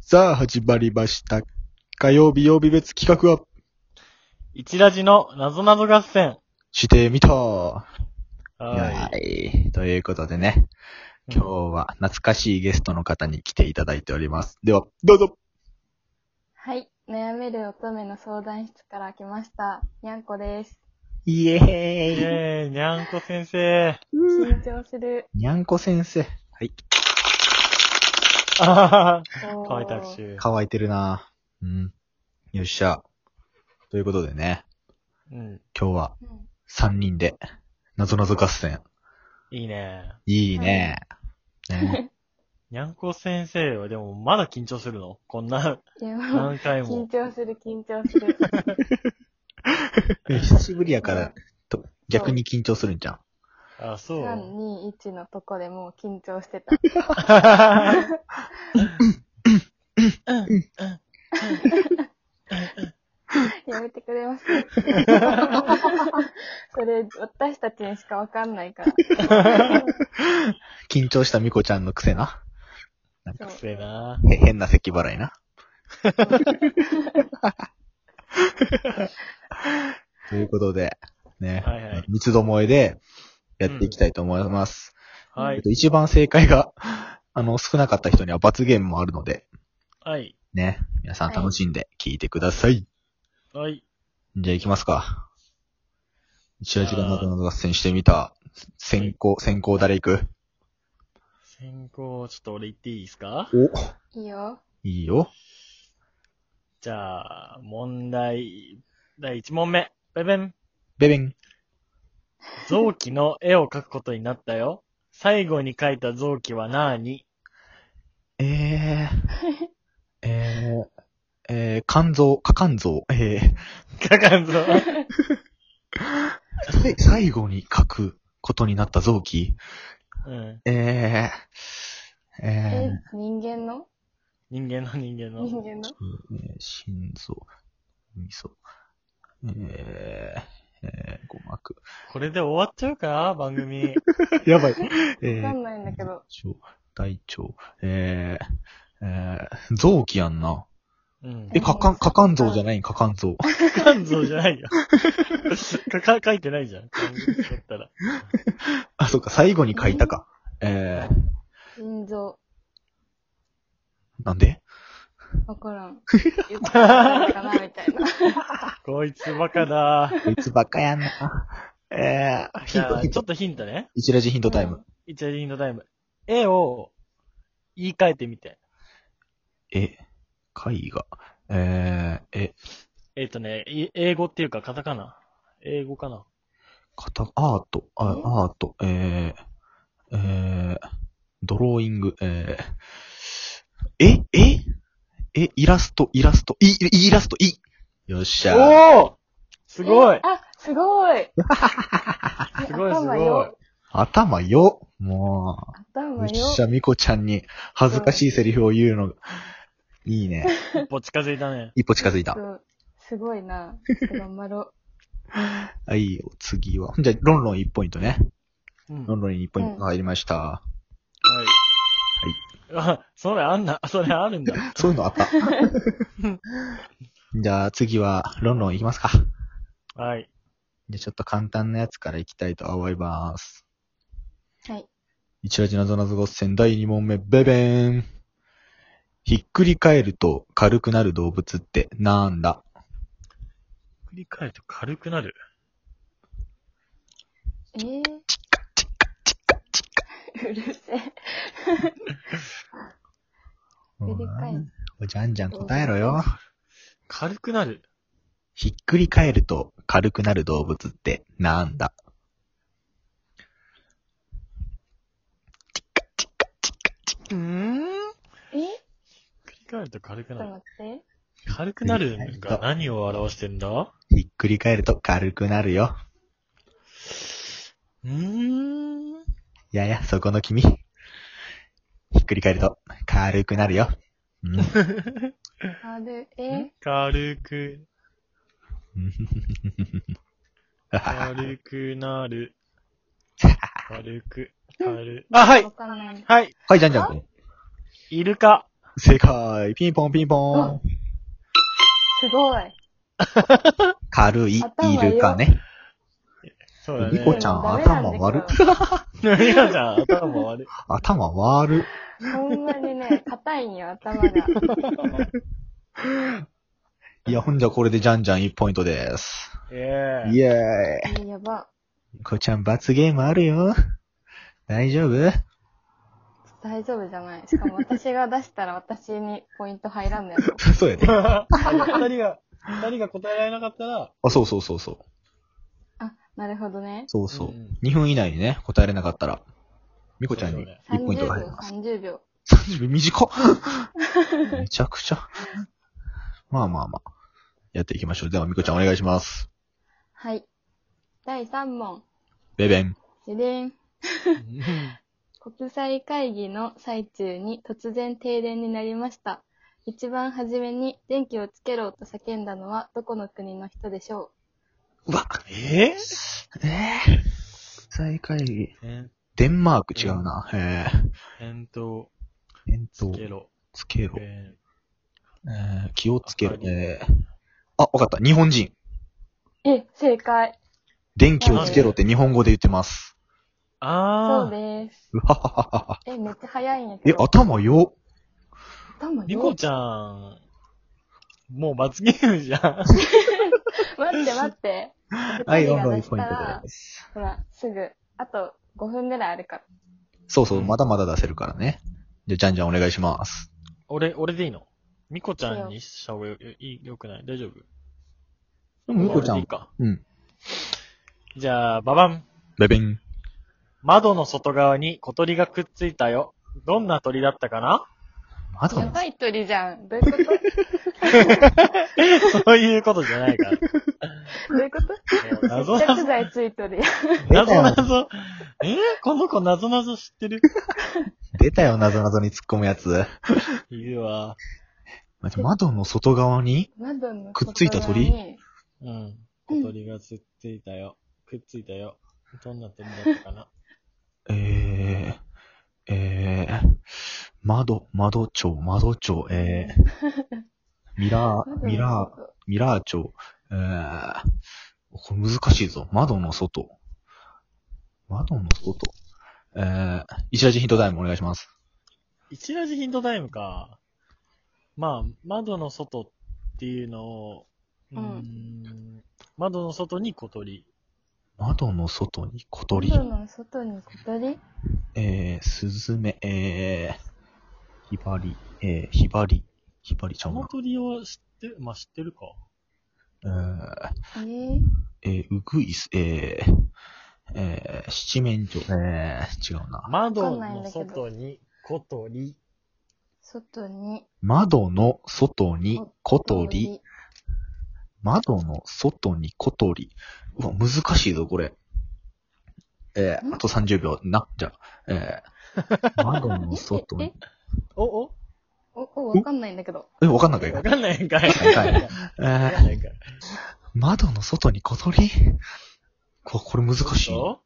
さあ、始まりました。火曜日曜日別企画は、一ラジの謎謎合戦。してみたは。はいということでね、い。今日は懐かしいゲストの方に来ていただいております。では、どうぞはい。悩める乙女の相談室から来ました。にゃんこです。イエイーイェーイ、にゃんこ先生。 緊張する。にゃんこ先生。はい。あははおー乾いた握手。乾いてるなうん。よっしゃ。ということでね、うん。今日はうん3人で、なぞなぞ合戦。いいね。いいね。 ねにゃんこ先生はでもまだ緊張するのこんないやもう何回緊も。張する、緊張する。久しぶりやから、と逆に緊張するんじゃん。あ、そう。 3、2、1の とこでもう緊張してた。やめてくれます。それ、私たちにしかわかんないから。緊張したみこちゃんの癖な。くそうせえな。へ変な咳払いな。ということで、ね、はいはい三つどもえでやっていきたいと思います。はえっい。と一番正解が、 あの、少なかった人には罰ゲームもあるので、はい。ね、皆さんはい楽しんで聞いてください。はい。じゃあ行きますか。一応時間などの合戦してみた。先行、先行誰行く先行、ちょっと俺言っていいですかおいいよ。いいよ。じゃあ、問題、第1問目。ベベン。ベベン。臓器の絵を描くことになったよ。最後に描いた臓器は何 えー、えー、えー、肝臓、か肝臓、えかかんぞ。ー、さい最後に書くことになった臓器、うん。えー、ええ、人間の人間の人間の。人間のー、えー心臓、味噌、えー、えー、鼓膜。これで終わっちゃうか番組。 やばい。えわかーん、ないんだけど。腸、大腸、えー、えー、臓器やんな。 うん。え、かかん、かかん臓じゃないんかかん臓。肝臓じゃないよ。 か、か、書いてないじゃん。肝臓だったら。あ、そっか、最後に書いたか。え腎臓。ー、なんでわからん。言ったらいいのかなみたいな。こいつバカだ。こいつばっかやんな。えー、ヒじンゃト、あ、ヒンちトょっ。とヒントね。一ラジヒントタイム。一応ヒントタイム。絵を言い換えてみて。え、絵画。えー、え、えっ、とね、い英語っていうかカタカナ。英語かな。かた、アート、あえアート、えー、えー、ドローイング、えー、え、え、え、イラスト、イラスト、い、イラスト、い。よっしゃー。おおすごいえあ、すごい すごいすご頭いよ。頭よ。もう、よ頭っよ。しゃ、みこちゃんに恥ずかしいセリフを言うのが、いいね。一歩近づいたね。一歩近づいたそ。うすごいな。ちょっと頑張ろう。はいよ、次は。じゃあ、ロンロン1ポイントね。うん。ロはい。ンロンに1ポイントが入りました。あ、 それあんな、それあるんだ。そういうのあった。じゃあ次は、ロンロンいきますか。はい。じゃあちょっと簡単なやつからいきたいと思います。はい。一ラジなぞなぞ合戦第2問目、ベベーン。ひっくり返ると軽くなる動物ってなんだ振り返ると軽くなる。えー、チカチカチカチカ。うるせえ。振り返るおじゃんじゃん答えろよ。軽くなる。ひっくり返ると軽くなる動物ってなんだチカチカチカチカ。うーん。えち振り返ると軽くょっなる。と待って。軽くなるが何を表してんだひっくり返ると軽くなるよ。うーん。やや、そこの君。ひっくり返ると軽くなるよ。うん、ある、え軽く、 軽くなる。軽く、軽、あ、はわいかんない。はいはい、じゃんじゃん。イルカ。正解。ピンポンピンポーン。すごい。軽いイルカね。そうだね。ニコちゃんでもダメなんだけど頭悪っニコちゃん、頭悪い。 頭割る。ほんまにね、硬いんよ、頭が。いや、ほんじゃこれでじゃんじゃん1ポイントです。えイえ。エーイ。えやば。ニコちゃん罰ゲームあるよ。大丈夫 大丈夫じゃない。しかも私が出したら私にポイント入らんのやろ。そうやね。二人が、二人が答えられなかったら、あ、そうそうそうそう。あ、なるほどね。そうそう。うん2分以内にね、答えれなかったら、ミコちゃんそうにだね1ポイン30トが入秒り、ます。 30秒。 30秒 短っめちゃくちゃ。まあまあまあ。やっていきましょう。では、ミコちゃんお願いします。はい。第3問。ベベン。ででん。国際会議の最中に突然停電になりました。一番初めに電気をつけろと叫んだのはどこの国の人でしょうわ、ええぇ、再会議。えデンマーク違うな。え返答、ぇ、えっつと、けろ。つけろ。ええー、気をつけろあ。えー、あ、わかった。日本人。うえ、正解。電気をつけろって日本語で言ってます。ーそうあー。です。うははははは。え、めっちゃ早いんやけえ、ど。頭よ。頭ニコよ。ちゃん、もう罰ゲームじゃん。待って待 って。はい、二ど人んどん1ポが出しインたトらです。ほら、すぐ。あと5分ぐらいあるから。そうそう、まだまだ出せるからね。じゃあ、じゃんじゃんお願いします。俺、俺でいいのミコちゃんにした方がよ、よいいよくない大丈夫でも、ゆこちゃ俺でいいん。か。うん。じゃあ、ババン。ベベン。窓の外側に小鳥がくっついたよ。どんな鳥だったかな まだやなばい鳥じゃん。どういう ことそういうことじゃないから。どういう こともう謎接な着剤ついとるやん。謎謎。えーこの子謎謎知ってる出たよ、なぞなぞに突っ込むやつ。いるわ。待って窓の外側に窓のくっついた鳥外側にうん。小鳥がつっついたよ。くっついたよ。どんな鳥だったかなえー、えー、窓、窓町、窓町、えー、ミラー、ミラー、ミラー町、えー、これ難しいぞ。窓の外。窓の外。えー、石田ジヒントダイムお願いします。一ラジヒントタイムか。まあ、窓の外っていうのを、うー。うん窓の外に小鳥。窓の外に小鳥。窓の外に小鳥えー、スズメ、えー、ひばり、えー、ひばり、ひばりちゃこんのは、鳥を知ってる、まあ知ってるか。えー、えー、えー、うぐいす、えー、えー、七面鳥、えー、違うな。窓わかんないのんだけど外に小鳥。外に窓の外に小鳥。。窓の外に小鳥。うわ、難しいぞ、これ。えー、んあと30秒な、じゃあ、え ー、窓の外えに。お、おお、お、わかんないんだけど。え、わかんないかいわかんないんかい。わかんないえ かんー、ないんかい。窓の外に小鳥ここれ難しいな。そ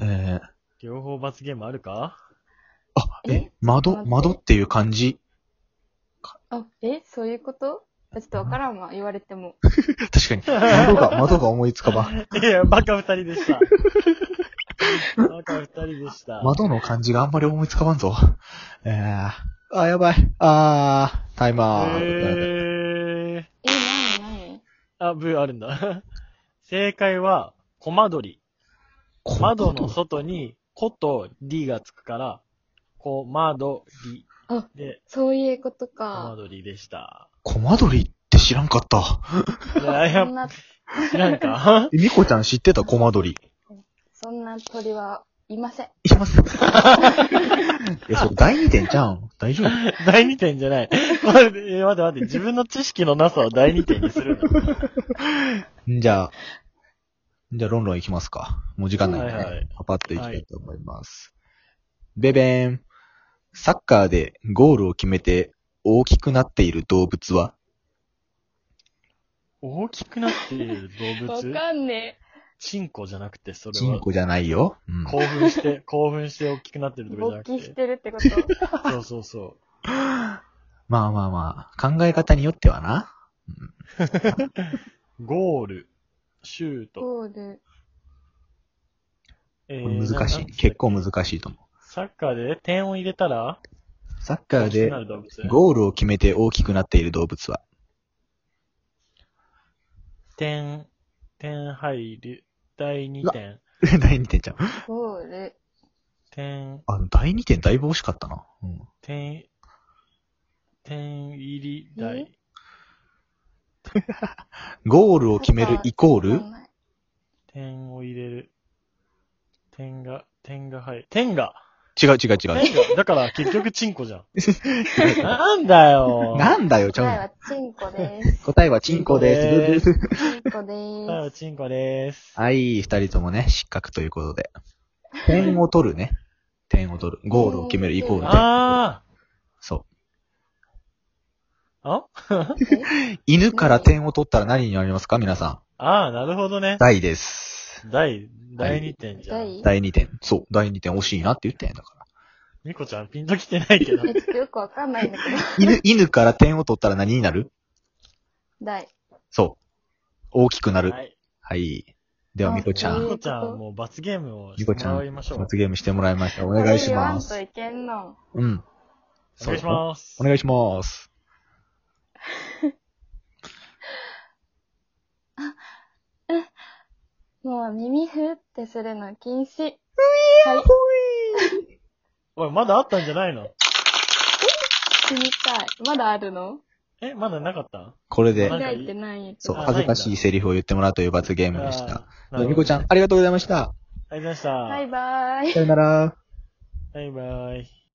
うえー、両方罰ゲームあるか あ、ええ、窓、待って窓っていう漢字。あ、えそういうことちょっとわからんわ、言われても。確かに。窓 が、窓が思いつかば。いや、バカ二人で した。バカ二人でした。窓の漢字があんまり思いつかばんぞ。えー、あ、やばい。あー、タイマー。えー、え、なになにあ、ブーあるんだ。正解は、コマドリ。こ窓の外に、コとリがつくから、コマドリあ。で、そういうことコマか。ドリでした。コマドリって知らんかった。いや、そやんっな、ぱ知らんか。 えミコちゃん知ってたコマドリ。そんな鳥はいません。い ます。いや、そう、第二点じゃん。大丈夫第二点じゃない。これ、え待って待って、自分の知識のなさを第二点にするんだ。んじゃあ、じゃあ、ロンロン行きますか。もう時間ないんでね。はいはいパパッと行きたいと思います。ベベーン。サッカーでゴールを決めて大きくなっている動物は大きくなっている動わ物かんねチンコじゃなくて、それチンは。コじゃないよ。うん。興奮して、興奮して大きくなってるえ。とかじゃな勃く起て し。てるってこと。そうそうそう。まあまあまあ、考え方によってはな。ゴール、シュート。ゴール。えこれ難し。ないなんつったっけ結構難しいと思サッカーで点を入れたら、う。サッカー大きくでなる動物ゴールを決めて大きくなっている動物は、 点、点入る。第2点。第2点ちゃう。ゴール。点、あ、第2点だいぶ惜しかったな。うん。点、点入りえ台。ゴールを決めるイコールわかんない点を入れる。点が、点が入る。点が違う違う違点がだから結局チンコ じゃん。なんだう。よ。なんだよ、ち答ゃう。えはチンコです。答えはチンコで。チンコですチンコで答えーはす。チンコです。 はい、二人ともね、失格ということで。点を取るね。点を取る。ゴールを決めるイコール点。あそう。あ。あ犬から点を取ったら何になりますか皆さああ、なるほどねん。。大です。第、第2点じゃん。第第2点。そう。第2点惜しいなって言ったんやだから。ミコちゃんピンときてないけど。え、ちょっとよくわかんないんだけど。犬、犬から点を取ったら何になる第。そう。大きくなる。は。はいい。では、あみこちゃそミうん、コちゃん、もう罰ゲームをしみてこちゃもらいん、ましょう。罰ゲームしてもらいました。お願いしまこれ言わんす。といけんの。うん。お願いします。お願いします。もう耳ふってするの禁止。はい。おい、まだあったんじゃないの死にたい。まだあるのえ、まだなかったこれでなん、か開いてないんやけそう、ど。あ恥ずかしいセリフを言ってもらうという罰ゲームでしあーなるた。ほどみこちゃん、ありがとうございました。ありがとうございました。バイバーイ。さよなら。バイバイ。